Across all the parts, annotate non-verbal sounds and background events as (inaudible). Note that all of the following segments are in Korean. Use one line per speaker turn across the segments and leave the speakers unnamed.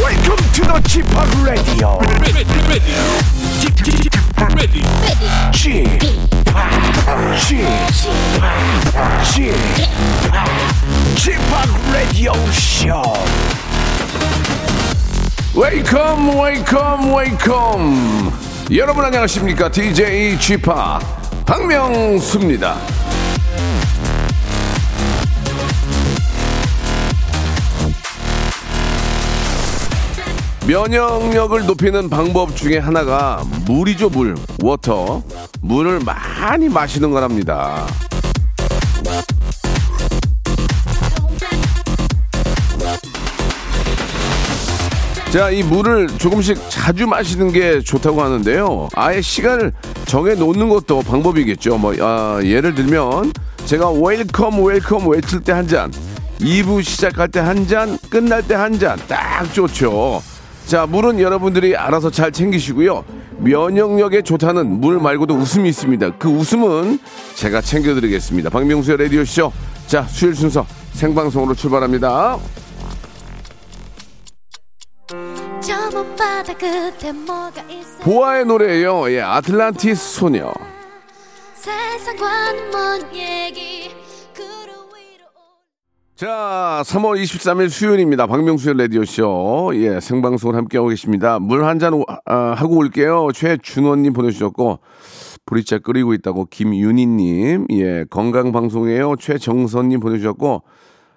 welcome to the Chip Radio.
ready, ready, ready,
Chip, Chip, Chip, Chip Radio Show. Welcome, welcome, welcome. 여러분 안녕하십니까? DJ G p 박명수입니다. 면역력을 높이는 방법 중에 하나가 물이죠 물 워터 물을 많이 마시는 거랍니다 자, 이 물을 조금씩 자주 마시는 게 좋다고 하는데요. 아예 시간을 정해 놓는 것도 방법이겠죠. 뭐, 아, 예를 들면, 제가 웰컴, 웰컴 외칠 때 한 잔, 2부 시작할 때 한 잔, 끝날 때 한 잔, 딱 좋죠. 자, 물은 여러분들이 알아서 잘 챙기시고요. 면역력에 좋다는 물 말고도 웃음이 있습니다. 그 웃음은 제가 챙겨드리겠습니다. 박명수의 라디오쇼. 자, 수요일 순서 생방송으로 출발합니다.
저 못 받아 그때 뭐가 있어
보아의 노래예요. 예, 아틀란티스 소녀.
세상과는 먼 얘기 그루 위로 올
자, 3월 23일 수요일입니다. 박명수의 라디오쇼. 예, 생방송을 함께하고 계십니다. 물 한 잔 아, 하고 올게요. 최준원님 보내주셨고, 보리차 끓이고 있다고 김윤희님, 예, 건강방송이에요. 최정선님 보내주셨고,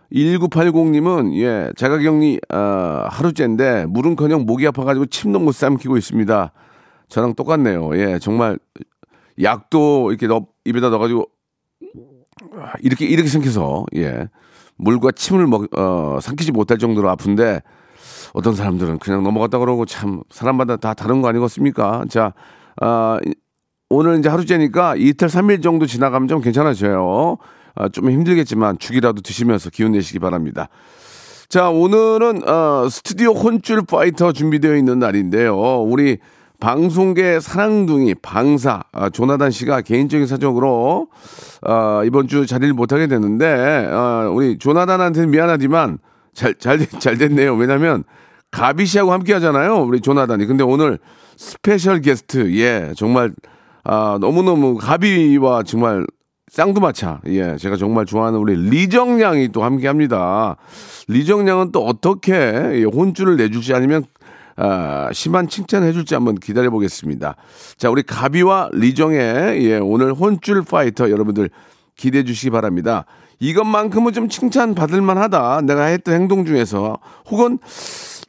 1980님은, 예, 자가격리, 아, 하루째인데, 물은커녕 목이 아파가지고 침도 못 삼키고 있습니다. 저랑 똑같네요. 예, 정말, 약도 이렇게 넣, 입에다 넣어가지고, 이렇게 이렇게 생겨서 예 물과 침을 먹, 어, 삼키지 못할 정도로 아픈데 어떤 사람들은 그냥 넘어갔다 그러고 참 사람마다 다 다른 거 아니겠습니까? 자 아, 이- 오늘 이제 하루째니까 이틀 삼일 정도 지나가면 좀 괜찮아져요. 아, 좀 힘들겠지만 죽이라도 드시면서 기운 내시기 바랍니다. 자, 오늘은 어, 스튜디오 혼줄 파이터 준비되어 있는 날인데요. 우리 방송계 사랑둥이 방사 아, 조나단 씨가 개인적인 사정으로 아, 이번 주 자리를 못하게 됐는데 아, 우리 조나단한테는 미안하지만 잘잘잘 됐네요. 왜냐하면 가비 씨하고 함께 하잖아요. 우리 조나단이. 근데 오늘 스페셜 게스트 예 정말 아, 너무너무 가비와 정말 쌍두마차. 예, 제가 정말 좋아하는 우리 리정양이 또 함께 합니다. 리정양은 또 어떻게 이 혼쭐을 내줄지 아니면 아, 심한 칭찬해 줄지 한번 기다려 보겠습니다. 자, 우리 가비와 리정의 예, 오늘 혼쭐 파이터 여러분들 기대해 주시기 바랍니다. 이것만큼은 좀 칭찬 받을 만하다. 내가 했던 행동 중에서 혹은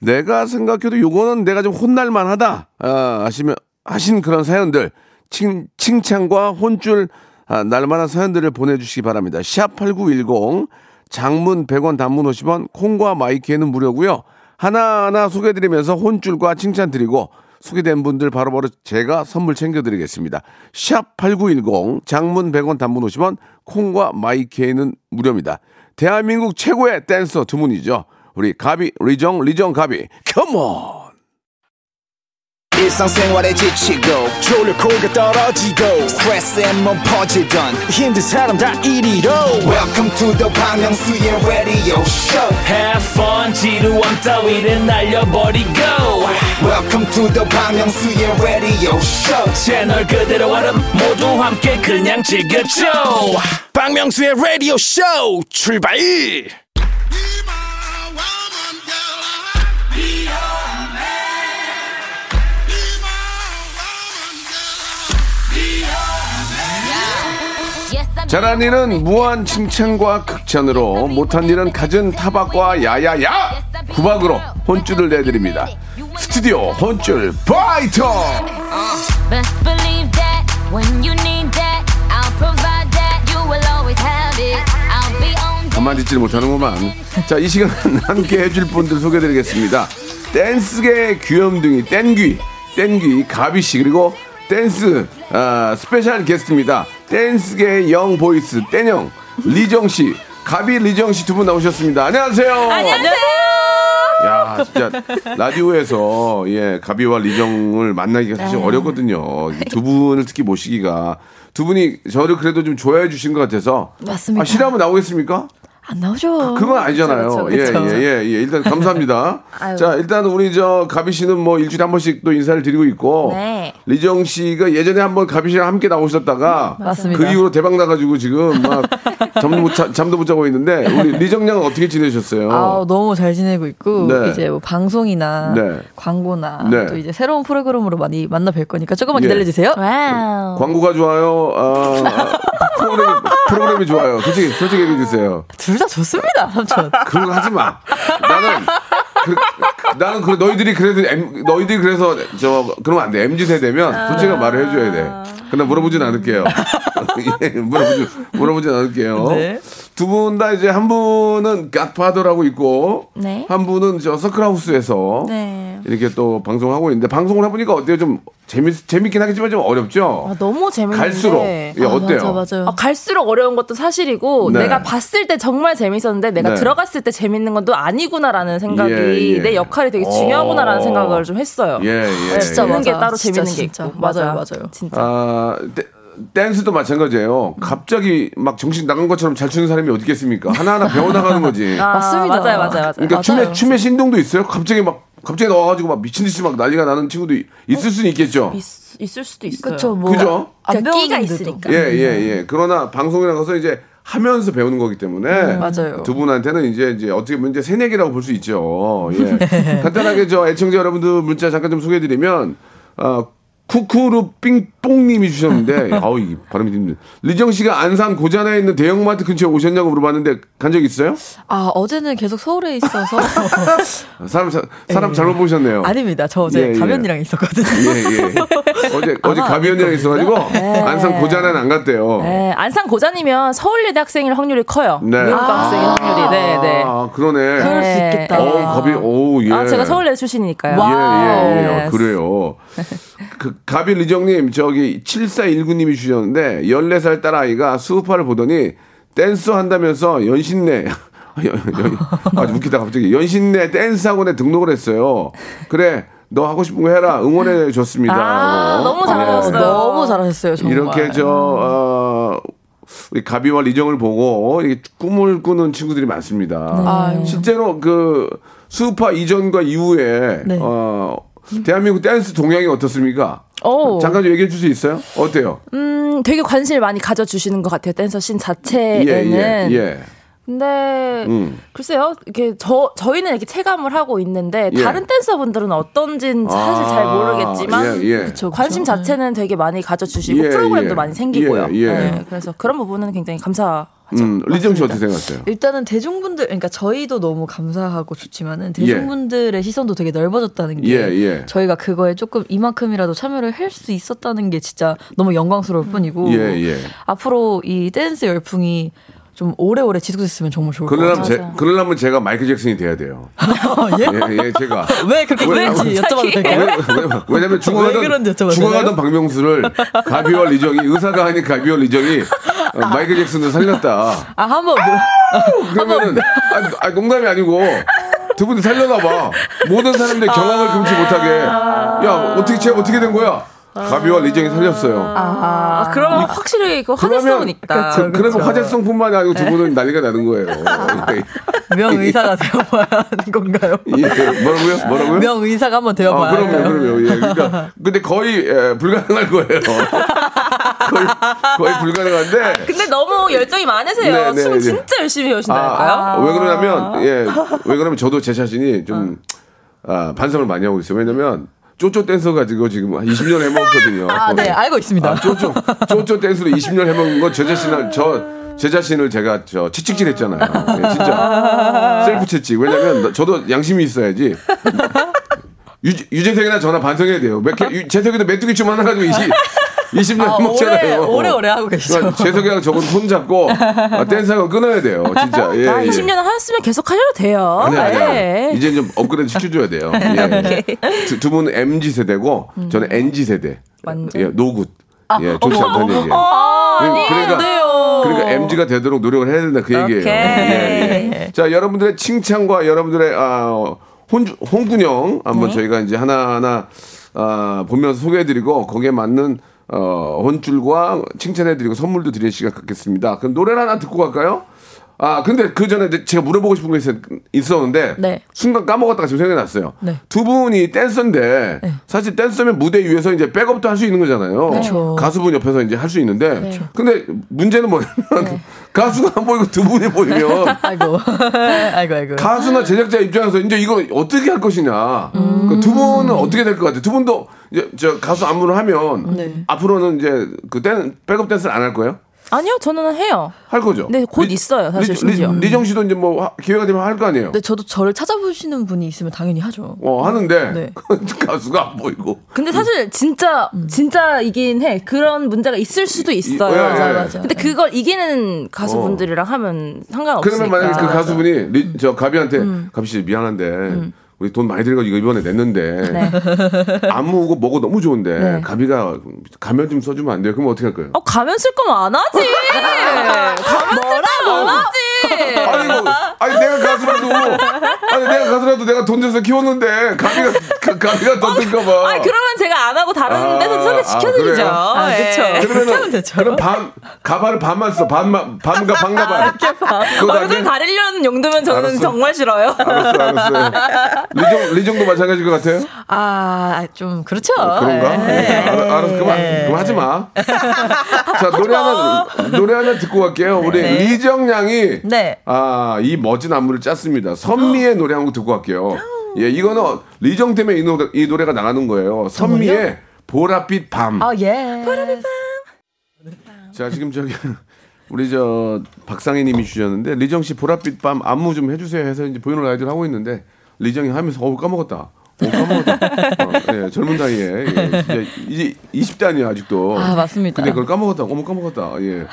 내가 생각해도 요거는 내가 좀 혼날 만하다 아, 하시면 하신 그런 사연들 칭, 칭찬과 혼줄 아, 날만한 사연들을 보내주시기 바랍니다. 샵 #8910 장문 100원, 단문 50원, 콩과 마이키에는 무료고요. 하나하나 소개드리면서 혼줄과 칭찬 드리고 소개된 분들 바로바로 제가 선물 챙겨드리겠습니다. 샵 #8910 장문 100원, 단문 50원, 콩과 마이키에는 무료입니다. 대한민국 최고의 댄서 두 분이죠. 우리 가비 리정 리정 가비 컴온
일상생활에 지치고, 졸려 코가 떨어지고, 스트레스에 몸 퍼지던, 힘든 사람 다 이리로. welcome to the Bang Myung-soo's radio show
Have fun 지루함 따위를 날려버리고
welcome to the Bang Myung-soo's radio show
채널 그대로 얼음 모두 함께 그냥 즐겨줘
박명수의 라디오 쇼 출발!
잘한 일은 무한 칭찬과 극찬으로 못한 일은 갖은 타박과 야야야 구박으로 혼쭐을 내드립니다 스튜디오 혼쭐 파이터
Best believe that when you need that, I'll provide that you will always have it. I'll be on
가만히 있질 못하는구만 자 이 시간 (laughs) 함께 해줄 분들 소개드리겠습니다 댄스계 귀염둥이 땡귀 땡귀 가비씨 그리고 댄스 아, 스페셜 게스트입니다 댄스계의 영 보이스 땡영 리정씨 가비 리정씨 두 분 나오셨습니다 안녕하세요 야, 진짜 라디오에서 예 가비와 리정을 만나기가 사실 어렵거든요. 이두 분을 특히 모시기가 두 분이 저를 그래도 좀 좋아해 주신 것 같아서
맞습니다.
아, 실하면 나오겠습니까?
안 나오죠.
그건 아니잖아요.
어, 그렇죠, 그쵸,
예,
그쵸, 그쵸.
예, 예, 예. 일단 감사합니다.
(laughs) 아유.
자, 일단 우리 저 가비 씨는 뭐 일주일에 한 번씩 또 인사를 드리고 있고
네.
리정 씨가 예전에 한번 가비 씨랑 함께 나오셨다가
음, 맞습니다.
그 이후로 대박 나가지고 지금 막 잠도 못 자, 잠도 못 자고 있는데 우리 리정 양은 어떻게 지내셨어요?
아, 너무 잘 지내고 있고
네.
이제 뭐 방송이나
네.
광고나
네.
또 이제 새로운 프로그램으로 많이 만나 뵐 거니까 조금만
예.
기다려 주세요. 어.
와우.
광고가 좋아요. 아, 아, 프로그램이, 프로그램이 좋아요. 솔직히 솔직히 얘기해 주세요.
둘 다 좋습니다. 삼촌.
그런 거 하지 마. 나는 그, 그- 나는 그 너희들이 그래도 M- 너희들이 그래서 저 그러면 안 돼. MZ 세대면
아.
솔직한 말을 해줘야 돼. 근데 물어보진 않을게요. (laughs) 예, 물어보지 물어보진 않을게요.
네.
두 분 다 이제 한 분은 갓파더라고 있고
네.
한 분은 저 서클하우스에서
네.
이렇게 또 방송하고 있는데 방송을 해보니까 어때요? 좀 재밌 재밌긴 하겠지만 좀 어렵죠.
아, 너무 재밌는데
갈수록 예, 어때요?
맞아 맞아요.
아, 갈수록 어려운 것도 사실이고
네.
내가 봤을 때 정말 재밌었는데 내가
네.
들어갔을 때 재밌는 건 또 아니구나라는 생각이
예, 예.
내 역할이 되게
어.
중요하구나라는 생각을 좀 했어요.
예, 예.
진짜
예.
재밌는 게
맞아.
따로
진짜,
재밌는 게
진짜.
있고
맞아요, 맞아요.
진짜
아, 떼- 댄스도 마찬가지예요. 갑자기 막 정신 나간 것처럼 잘 추는 사람이 어디 있겠습니까? 하나하나
(laughs)
배워나가는 거지.
아,
맞습니다.
맞아요 맞아요 맞아요.
그러니까 춤에
맞아요.
춤에 신동도 있어요. 갑자기 막 갑자기 나와가지고 막 미친 듯이 막 난리가 나는 친구도 이- 있을 수는 있겠죠.
있, 있을 수도 있어요.
그쵸 뭐.
그죠?
안
그러니까 끼가
배웠는데도.
있으니까.
예, 예, 예. 그러나 방송에 나가서 이제 하면서 배우는 거기 때문에
음, 맞아요.
두 분한테는 이제 이제 어떻게 보면 이제 새내기라고 볼 수 있죠.
(laughs) 네.
예. 간단하게 저 애청자 여러분들 문자 잠깐 좀 소개해드리면 아 쿠쿠루 삥뽕님이
(laughs)
주셨는데 아우 이 발음이 힘들. 리정 씨가 안산 고잔에 있는 대형마트 근처에 오셨냐고 물어봤는데 간 적 있어요?
아, 어제는 계속 서울에 있어서
사람 사, 람 잘못 보셨네요.
예. 아닙니다. 저 어제
예, 예.
가면이랑 아, 있었거든요.
예, 예. 어제 어제 가비언니랑 있어가지고
아, 예.
안산 고잔에는 안 갔대요.
네, 안산 고자니면 서울예대 학생일 확률이 커요.
네.
외국 학생일 확률이. 네, 네.
아 그러네.
아. 그럴 수
네.
있겠다.
어, 갑이, 오, 예.
아, 제가 서울예대 출신이니까요.
예, 예, 예. 아,
Yes. (laughs)
그래요. 그, 가비 리정님, 저기, 7419님이 주셨는데, 14살 딸아이가 수우파를 보더니, 댄스 한다면서 연신내, (laughs) 연- 연- 아, 웃기다, 갑자기. 연신내 댄스 학원에 등록을 했어요. 그래, 너 하고 싶은 거 해라. 응원해 줬습니다. 네.
아, 너무
아,
잘하셨어요.
너무 잘하셨어요, 정말. 음.
이렇게 저 어, 우리 가비와 리정을 보고 이게 꿈을 꾸는 친구들이 많습니다.
네. 아유.
실제로 그 수파 이전과 이후에
네.
어, 대한민국 댄스 동향이 어떻습니까?
오.
잠깐 좀 얘기해 줄 수 있어요? 어때요?
음, 되게 관심을 많이 가져주시는 것 같아요. 댄서 씬
네,
자체에는.
예, 예, 예.
근데
음.
글쎄요, 이렇게 저 저희는 이렇게 체감을 하고 있는데
예.
다른 댄서분들은 어떤지는 사실
아,
잘 모르겠지만
예, 예.
그쵸, 네. 그쵸.
관심 자체는 되게 많이 가져주시고
예,
프로그램도
예.
많이 생기고요.
예, 예.
네, 그래서 그런 부분은 굉장히 감사하죠.
음, 리정 씨 어떻게 생각하세요?
일단은 대중분들 그러니까 저희도 너무 감사하고 좋지만은 대중분들의 시선도 되게 넓어졌다는 게
예, 예.
저희가 그거에 조금 이만큼이라도 참여를 할 수 있었다는 게 진짜 너무 영광스러울
음.
뿐이고
예, 예.
앞으로 이 댄스 열풍이 좀 오래오래 지속됐으면 정말 좋을 것
그러려면,
같아요.
제, 그러려면 제가 마이클 잭슨이 돼야 돼요.
(laughs) 예?
예, 예, 제가.
왜 그렇게
왜-
그랬지 여쭤봐도 될까요?
아, 왜- 왜, 냐면
왜
죽어가던
그런지 여쭤봐도
죽어가던 박명수를 가비와 리정이 의사가 아닌 가비와 리정이 어, 마이클 잭슨을 살렸다.
아 한번 뭐,
그러면은 아니, 아니, 농담이 아니고 두 분이 살려놔봐. 모든 사람들이 경악을 금치 못하게.
아.
야 어떻게 쟤 어떻게 된 거야? 가비와 리정이 살렸어요.
아, 그러면 확실히 그 화제성은 있다.
그, 러면
그렇죠.
화제성뿐만이 아니고
네.
두 분은 난리가 나는 거예요.
(laughs) 명의사가 되어봐야 하는 건가요?
예, 뭐라고요? 뭐라고요?
명의사가 한번 되어봐야
아,
해요.
그럼요, 그럼요. 예. 그러니까 근데 거의 예, 불가능할 거예요. (laughs) 거의, 거의 불가능한데.
근데 너무 열정이
네,
많으세요.
네,
춤
네.
진짜 열심히 배우신다니까요.
아, 왜 그러냐면 예, 왜 그러면 저도 제 자신이 좀 아, 반성을 많이 하고 있어요. 왜냐면 쪼쪼 댄서 가지고 지금 한 20년 해먹었거든요.
아, 네 알고 있습니다.
아, 쪼쪼 쪼쪼 댄스로 20년 해먹은 거 제 자신을 저 제 자신을 제가 저 채찍질했잖아요. 예,
아.
진짜 셀프 채찍. 왜냐면 나- 저도 양심이 있어야지. 유, 유재석이나 저나 반성해야 돼요. 몇 개, 유, 재석이도 메뚜기 춤 하나 가지고 20, 20년
아, 오래
먹잖아요.
오래 오래 하고 계시죠.
그러니까 재석이랑 저건 손잡고 아, 댄스하고 끊어야 돼요. 진짜. 예,
아,
예.
20년 하셨으면 계속 하셔도 돼요.
아니, 아니,
네.
아니. 이제 좀
(laughs)
업그레이드 시켜줘야 돼요.
네.
예. 두, 두 분은 MG 세대고, 저는 NG 세대.
음. 완전. 아,
예, 노굿. 예, 좋지 않다는 얘기예요.
네.
아니에요.
어.
그러니까 MG가 되도록 노력을 해야 된다 그 얘기예요.
오케이.
예,
네.
예. 자, 여러분들의 칭찬과 여러분들의 아, 혼, 홍군형
네.
한번 저희가 이제 하나하나 아, 보면서 소개해드리고 거기에 맞는 어, 혼줄과 칭찬해드리고 선물도 드리는 시간 갖겠습니다. 그럼 노래를 하나 듣고 갈까요? 아, 근데 그 전에 이제 제가 물어보고 싶은 게 있었, 있었는데
네.
순간 까먹었다가 지금 생각났어요.
네.
두 분이 댄서인데 사실 댄서면 무대 위에서 이제 백업도 할 수 있는 거잖아요.
그쵸.
가수분 옆에서 이제 할 수
네.
있는데
그렇죠.
근데 문제는 뭐냐면 (laughs) 가수가 안 보이고 두 분이
(laughs)
보이면
네.
아이고. (laughs) 아이고, 아이고.
가수나 제작자 입장에서 이제 이거 어떻게 할 것이냐.
음.
그두 분은 어떻게 될 것 같아요? 두 분도 이제 저 가수 안무를 하면
네.
앞으로는 이제 그 댄, 백업 댄스를 안 할 거예요?
아니요, 저는 해요.
할 거죠.
네, 곧 있어요, 사실 심지어. 네.
리, 정 씨도 이제 뭐 하- 기회가 되면 할 거 아니에요.
근데 저도 저를 찾아보시는 분이 있으면 당연히 하죠.
어 하는데
네.
(laughs) 가수가 안 보이고.
근데
음.
사실 진짜 진짜 이긴 해. 그런 문제가 있을 수도 있어요.
예, 예, 맞아요, 예. 맞아요.
근데 그걸 이기는 가수분들이랑 하면 상관없으니까.
그러면 만약에 그 가수분이 리, 저 가비한테 가비 씨 미안한데 우리 돈 많이 들여가지고 이거 이번에 냈는데 (laughs) 안무고 뭐고 너무 좋은데 가비가 가면 좀 써주면 안 돼요? 그럼 어떻게 할 거예요?
어 가면 쓸 거면 안 하지. 가면 쓸 거면 안 하지.
아니 뭐 아니 내가 가수라도 아니 내가 가수라도 내가 돈 줘서 키웠는데 가비가 가, 가비가 더 든가봐.
아니 그러면 제가 안 하고 다른
어. 아,
데서 소개 시켜드리죠.
그래요? 아,
예.
그러면은
하면 되죠.
그럼 반 가발을 반만 써 반만 반가 반가발. 그거
아, 얼굴
나중에-
가리려는 용도면 저는
알았어.
정말 싫어요.
알았어 알았어. 리정 리정도 마찬가지일 것 같아요.
아, 좀 그렇죠.
그런가?
네.
네. 알- 알았어 그만
예.
그만 하지
(laughs)
마. 자 노래 하나 노래 하나 듣고 갈게요. 우리 리정 양이
네.
아 이 멋진 안무를 짰습니다. 선미의 노래 한 곡 듣고 갈게요. 예 이거는 리정 때문에 이, 노래, 이 노래가 나가는 거예요. 선미의 보랏빛 밤.
아, 예.
자 지금 저기 (laughs) 우리 저 박상희님이 주셨는데 리정 씨 보랏빛 밤 안무 좀 해주세요 해서 이제 보이는 라이드를 하고 있는데 리정이 하면서 어우 까먹었다. 어, 까먹었다. 어, 예, 젊은 나이에 예, 진짜 이제 20대 아니야 아직도.
아, 맞습니다.
근데 그걸 까먹었다. 어머 까먹었다. 예.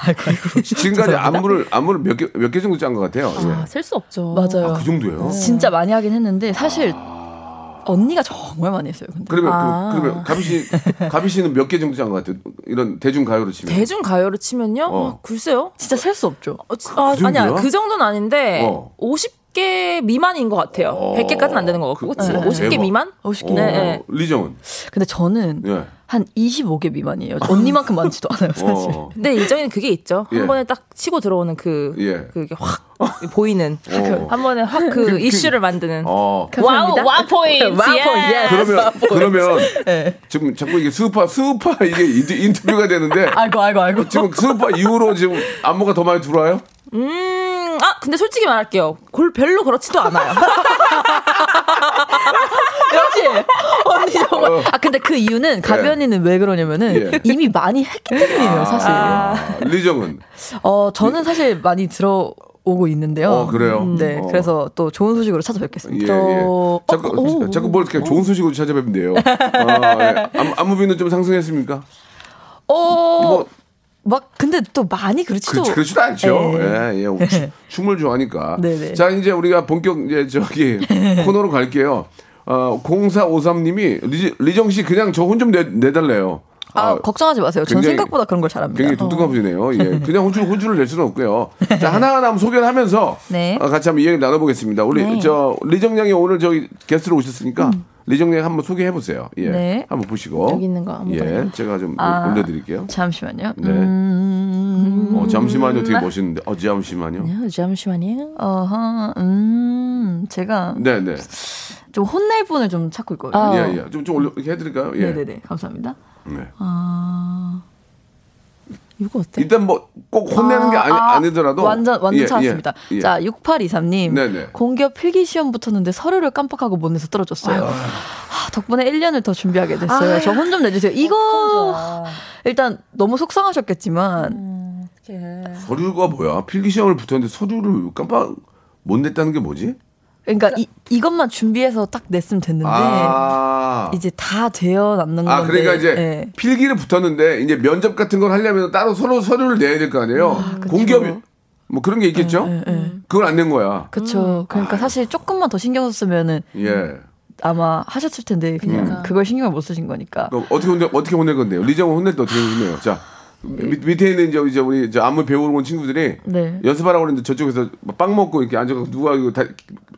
(laughs) 지금까지 안무를 안무를 몇 개 몇 개 정도 짠 것 같아요. 예.
셀 수 없죠.
맞아요.
그 정도예요.
진짜 많이 하긴 했는데 사실
아.
언니가 정말 많이 했어요. 근데.
그러면 그, 러면 가비 씨 가비 씨는 몇 개 정도 짠 것 같아요. 이런 대중 가요로 치면.
대중 가요로 치면요.
어.
아, 글쎄요.
진짜 셀 수 없죠.
어, 지- 아,
그
아니야
정도야?
그 정도는 아닌데
어.
50개 미만인 것 같아요.
어.
100개까지는 안 되는 것 같고
그-
그치?
네.
50개
대박.
미만?
50개.
어,
네, 네.
리정은.
근데 저는
(laughs) 예.
한 25개 미만이에요. 언니만큼 많지도 않아요, (laughs) 사실.
어.
근데 이정이는 그게 있죠.
예.
한 번에 딱 치고 들어오는 그
예.
그게 확 보이는
어.
한 번에 확 그 이슈를 만드는 (laughs)
어.
와우 와 포인트
와우, 예.
그러면 그러면 지금 자꾸 이게 스우파 스우파 이게 인터- 인터뷰가 되는데
아이고, 아이고, 아이고.
지금 스우파 이후로 지금 안무가 더 많이 들어와요?
음아 근데 솔직히 말할게요. 골 별로
(laughs)
그렇지도 않아요.
그렇지. 언니 정말. 아, 근데 그 이유는 가비
어. 예.
언니는 왜 그러냐면은
예.
이미 많이 했기 때문이에요, 사실.
아, 리정은
어, 저는 사실 많이 들어오고 있는데요.
어, 그래요?
네,
어.
그래서 또 좋은 소식으로 찾아뵙겠습니다. 어,
예, 예. 자꾸 자꾸 뭘 이렇게 좋은 소식으로 찾아뵙면 돼요. 아, 예. 안- 안무비는 좀 상승했습니까?
어,
뭐
막 근데 또 많이 그렇지도
그렇지, 그렇지도 않죠.
예.
예, 예. 우리
(laughs)
추- 춤을 좋아하니까.
네네.
자, 이제 우리가 본격 이제
(laughs)
저기 코너로 갈게요. 어, 0453님이 리, 리정 씨 그냥 저 혼 좀 내달래요.
아, 걱정하지 마세요. 저는
굉장히-
생각보다 그런 걸 잘합니다.
굉장히 뚱뚱한 분이네요.
(laughs)
예. 그냥 혼주, 혼주를 낼 수는 없고요. 자, 하나하나 한번 소개를 하면서
네.
어, 같이 한번 이야기 나눠보겠습니다. 우리 저 리정양이 오늘 저기 게스트로 오셨으니까 리정양 한번 소개해 보세요. 예.
음. 네.
한번 보시고
여기 있는 거 한번
예.
봐요.
제가 좀
아.
올려드릴게요.
잠시만요.
네.
음.
어, 잠시만요. 되게 멋있는데. 어, 잠시만요.
네.
잠시만요.
어허, 음, 제가
네, 네.
좀 혼낼 분을 좀 찾고 있거든요.
아.
예, 예. 좀, 좀 올려, 이렇게 해드릴까요? 예.
네네네, 아, 감사합니다.
네.
이거 어때?
일단 뭐 꼭 혼내는 게 아니,
아,
아니더라도.
완전 완전
예, 예,
찾았습니다.
예.
자, 6823님
네네.
공기업 필기 시험 붙었는데 서류를 깜빡하고 못 내서 떨어졌어요. 하, 덕분에 1년을 더 준비하게 됐어요. 저 혼 좀 내주세요. 이거 일단 너무 속상하셨겠지만
서류가 뭐야? 필기시험을 붙었는데 서류를 깜빡 못 냈다는 게 뭐지?
그러니까 이, 이것만 준비해서 딱 냈으면 됐는데
아.
이제 다 되어 남는
아,
건데.
그러니까 이제
예.
필기를 붙었는데 이제 면접 같은 걸 하려면 따로 서로 서류를 내야 될 거 아니에요. 공기업이 뭐 그런 게
예,
있겠죠? 그걸 안 낸 거야.
그쵸.
아.
그러니까 사실 조금만 더 신경 썼으면은
예.
아마 하셨을 텐데 그냥 그걸 신경을 못 쓰신 거니까.
그럼 어떻게 혼내 어떻게 혼낼 건데요? 리정은 혼낼 때 어떻게 혼내요? 자. 밑, 밑에 있는 이제, 이제 우리 이제 안무 배우러 온 친구들이
네.
연습하라고 그랬는데 저쪽에서 막빵 먹고 이렇게 앉아서 누가 이거 다,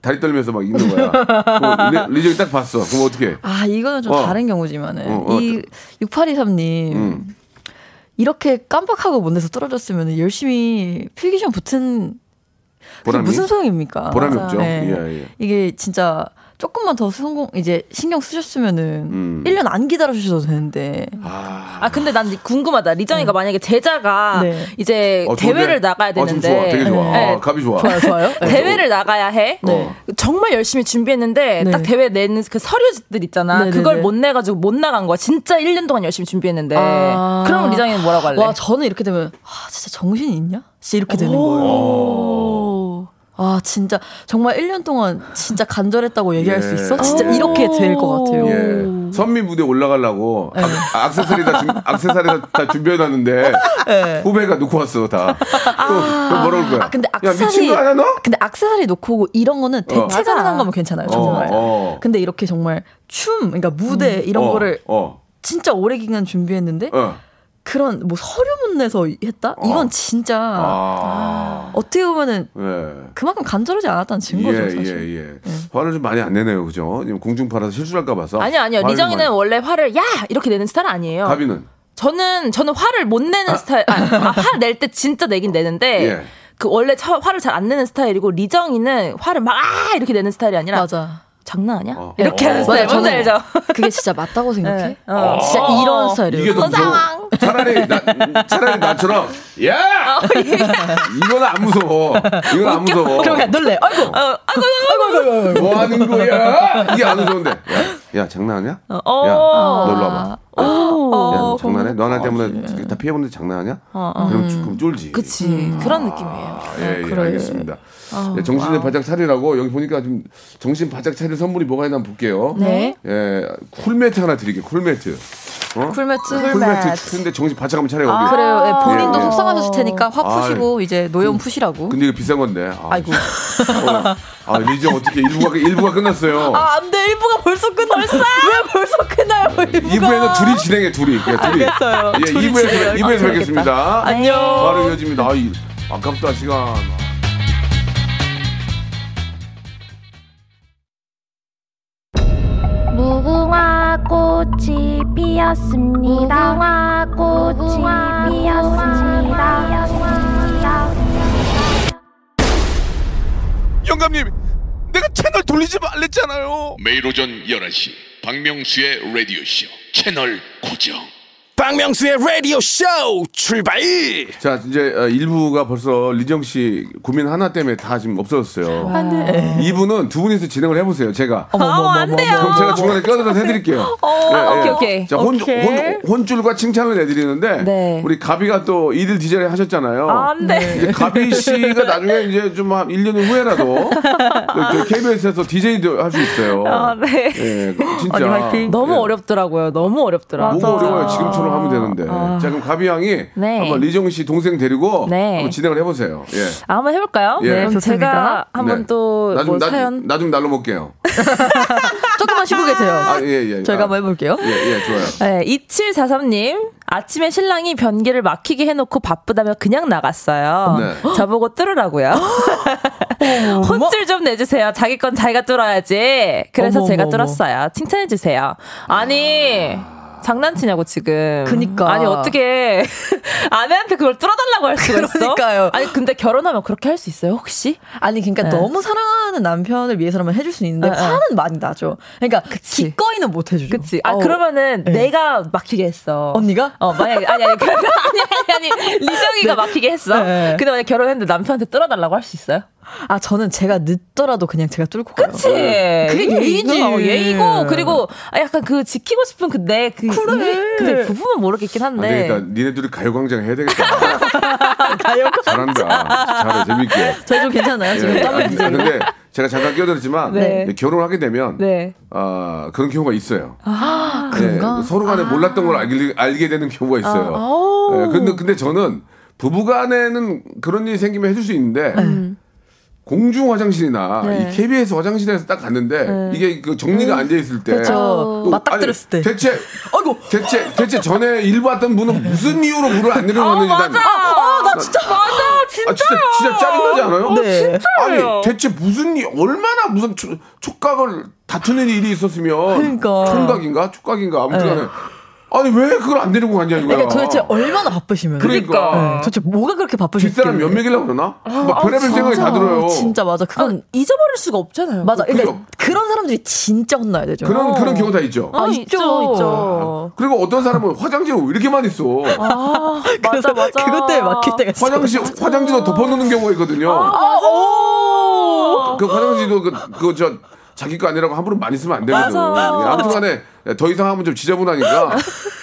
다리 떨면서 막 있는 거야. 그거 리, 리정이 딱 봤어. 그럼 어떻게? 해?
아, 이거는 좀
어.
다른 경우지만은
어, 어,
이 6823님
음.
이렇게 깜빡하고 못 내서 떨어졌으면 열심히 필기시험 붙은 그게
보람이?
무슨 소용입니까?
보람이
맞아요.
없죠.
네.
예, 예.
이게 진짜 조금만 더 성공 이제 신경 쓰셨으면은
음.
일 1년 안 기다려 주셔도 되는데.
아,
아 근데 난 궁금하다. 리정이가 만약에 제자가
네.
이제
어, 좋은데?
대회를 나가야
어, 지금
되는데
좋아. 되게 좋아.
네.
아, 감이 좋아.
좋아요, 좋아요. 네.
대회를 나가야 해.
네.
정말 열심히 준비했는데
네.
딱 대회 내는 그 서류들 있잖아.
네네네.
그걸 못 내가지고 못 나간 거야. 진짜 1년 동안 열심히 준비했는데.
아.
그럼 리정이는 뭐라고 할래?
와 저는 이렇게 되면 아 진짜 정신이 있냐? 진짜 이렇게 되는
어.
거예요. 아 진짜 정말 1년 동안 진짜 간절했다고 얘기할 수 있어? 진짜
예.
이렇게 될 것 같아요.
예. 선미 무대 올라가려고
네.
악, 액세서리 다 준- 액세서리 다- 다 준비해놨는데 후배가 놓고 왔어 다. 아, 그럼 뭐라 올 거야?
네. 아 근데
야
악세사리
미친 거 아니야 너?
근데 악세사리 놓고 오고 이런 거는 대체
맞아.
가능한 거면 괜찮아요 정말.
어, 어.
근데 이렇게 정말 춤 그러니까 무대 이런
어,
거를 네?
어,
진짜 오래 기간 준비했는데
어.
그런 뭐 서류문 내서 했다? 이건 진짜
아,
어떻게 보면은
예.
그만큼 간절하지 않았다는 증거죠
예,
사실.
예, 예. 화를 좀 많이 안 내네요, 그죠? 지금 공중파라서 실수할까 봐서.
아니요, 아니요.
화를 좀
리정이는 원래 화를 야 이렇게 내는 스타일 아니에요.
많이- 가비는
저는 저는 화를 못 내는 스타일. 아, 화낼 때 진짜 내긴 내는데
예.
그 원래 처- 화를 잘 안 내는 스타일이고 리정이는 화를 막 아 이렇게 내는 스타일이 아니라
맞아.
장난 아니야?
어.
이렇게
어.
하는 스타일.
맞아요.
뭔지 알죠?
그게 진짜 맞다고 생각해?
네. 어.
진짜 이런
아. 이게
스타일이에요.
더 무서워. 차라리 나, 차라리 나처럼
아, 어,
야
예.
이거는 안 무서워. 이건 안 무서워.
그러면 놀래. 아이고.
어, 아이고,
뭐 하는 거야? 이게 안 무서운데. 야, 야 장난하냐? 야,
어.
너 일로 와봐. 야,
어, 아, 예.
너 장난해? 너 하나 때문에 다 피해보는데 장난하냐? 그럼, 쭈- 그럼 쫄지.
그치 그런 느낌이에요. 아,
아, 예, 예, 알겠습니다. 예, 정신 좀 바짝 차리라고 여기 보니까 좀 정신 바짝 차릴 선물이 뭐가 있나 한번 볼게요.
네.
예, 쿨매트 하나 드릴게요. 쿨매트. 어?
쿨매트.
쿨매트 추운데 정신 바짝 한번 차려. 여기.
그래요. 예, 본인도
예, 예.
속상하셨을 테니까 화 푸시고 이제 노여움 푸시라고.
근데 이거 비싼 건데. 아,
아이고.
어, 아, 리정 어떻게 일부가일부가 끝났어요.
아, 안 돼. 1부가 벌써 끝나. 벌써? 왜 벌써 끝나요?
2부에는 둘이 진행해, 둘이. 예, 둘이.
알겠어요.
예,
둘이
2부에서,
진행해요.
이부에서
아,
뵙겠습니다.
안녕.
바로 이어집니다. 아, 이, 아깝다, 시간.
무궁화 꽃이 피었습니다. 무궁화 꽃이 피었습니다.
영감님, 내가 채널 돌리지 말랬잖아요. 매일 오전 11시 박명수의 라디오 쇼 채널 고정.
박명수의 라디오 쇼 출발!
자, 이제 어, 1부가 벌써 리정 씨 고민 하나 때문에 다 지금 없어졌어요.
아,
안
네.
돼. 2부는 두 분이서 진행을 해보세요,
어,
제가.
아안 돼요.
그럼 제가 중간에 껴들어서 해드릴게요. 예, 예.
오케이, 오케이.
자, 혼,
오케이.
혼, 혼줄과 칭찬을 해드리는데
네.
우리 가비가 또 이들 디자인 하셨잖아요.
안 돼.
이제 가비 씨가 나중에 이제 좀 한 1년 후에라도 저 KBS에서 DJ도 할 수 있어요.
아, 네.
예, 진짜.
아니, 화이팅.
너무
예.
어렵더라고요. 너무 어렵더라.
뭐가 어려워요. 지금처럼 하면 되는데. 자, 그럼 가비 양이
아. 네.
한번 리정 씨 동생 데리고
네.
한번 진행을 해보세요. 예.
아, 한번 해볼까요?
예.
그럼
좋습니다.
제가 한번
네. 나 좀,
또뭐
나,
사연
나 좀 날로 먹게요.
조금만 쉬고 계세요.
아, 예,
(laughs)
예. 아,
저희가 한번 해볼게요.
예, 예, 좋아요.
네, 2743님, 아침에 신랑이 변기를 막히게 해놓고 바쁘다며 그냥 나갔어요.
네.
(gasps)
(gasps)
저보고 뚫으라고요. 혼줄 좀 내주세요. 자기 건 자기가 뚫어야지. 그래서
어머,
제가
어머,
뚫었어요. 칭찬해주세요. 아니, 장난치냐고 지금.
그니까.
아니, 어떻게 (laughs) 아내한테 그걸 뚫어달라고 할 수가 있어?
그러니까요.
아니, 근데 결혼하면 그렇게 할 수 있어요, 혹시?
아니 그러니까
네.
너무 사랑하는 남편을 위해서라면 해줄 수 있는데
네, 네.
화는 많이 나죠. 그러니까 기꺼이는 못 해주죠.
그치. 아,
어,
그러면은 내가 막히게 했어.
언니가
어, 만약에, 아니, 아니, 그- 아니, 아니, 아니, 리정이가 막히게 했어.
네.
근데 만약에 결혼했는데 남편한테 뚫어달라고 할 수 있어요?
아 저는 제가 늦더라도 그냥 제가 뚫고 가요.
그치.
그게 예의지. 네.
어, 예의고, 그리고 아, 약간 그 지키고 싶은 그 내, 그. 그래.
네.
근데 부부는 모르겠긴
안
한데.
되겠다. 니네 둘이 가요광장 해야
(laughs)
되겠다. 가요광장. 잘한다. 잘해, 재밌게.
저희 좀 괜찮아요 지금
예.
더블
아,
디제이.
근데 제가 잠깐 끼어들었지만
네.
예, 결혼하게 되면
네.
아, 그런 경우가 있어요. 네.
아 그런가? 아.
서로 간에 몰랐던 걸 알게, 알게 되는 경우가 있어요.
아오.
예, 근데, 근데 저는 부부 간에는 그런 일이 생기면 해줄 수 있는데
네.
공중 화장실이나 이 KBS 화장실에서 딱 갔는데 이게 그 정리가 안 돼 있을 때
네. 그쵸.
또,
맞닥뜨렸을
아니,
때.
대체
아이고.
대체 대체 전에 일부 왔던 분은 무슨 이유로 물을 안
어,
내려놓는 건지 난-
아, 나 진짜. 맞아, 어,
아
진짜.
어, 진짜 진짜 짜증나지 않아요?
네.
아니 대체 무슨 일 얼마나 무슨 촉- 촉각을 다투는 일이 있었으면
그러니까. 네.
촉각인가 촉각인가 아무튼간에 아니 왜 그걸 안 데리고 갔냐 이거야.
그러니까 도대체 얼마나 바쁘시면
아.
음,
그러니까.
도대체 뭐가 그렇게 바쁘실지
뒷사람 연맥이라고 그러나? 막 별의별 생각이 다 들어요.
진짜 맞아 그건
잊어버릴 수가 없잖아요.
맞아
그죠.
그러니까 그런 사람들이 진짜 혼나야 되죠
그런 그런 경우 다 있죠.
아,
아,
있죠,
있죠.
있죠.
그리고 어떤 사람은 화장지를 왜 이렇게만 있어?
아,
그래서
맞아, 맞아.
그것 때문에 막힐 때가 있어
화장실 화장지도 덮어놓는 경우가 있거든요.
아, 오.
그 화장지도 그그저 자기 거 아니라고 함부로 많이 쓰면 안 되거든.
맞아.
예, 아무튼간에 더 이상 하면 좀 지저분하니까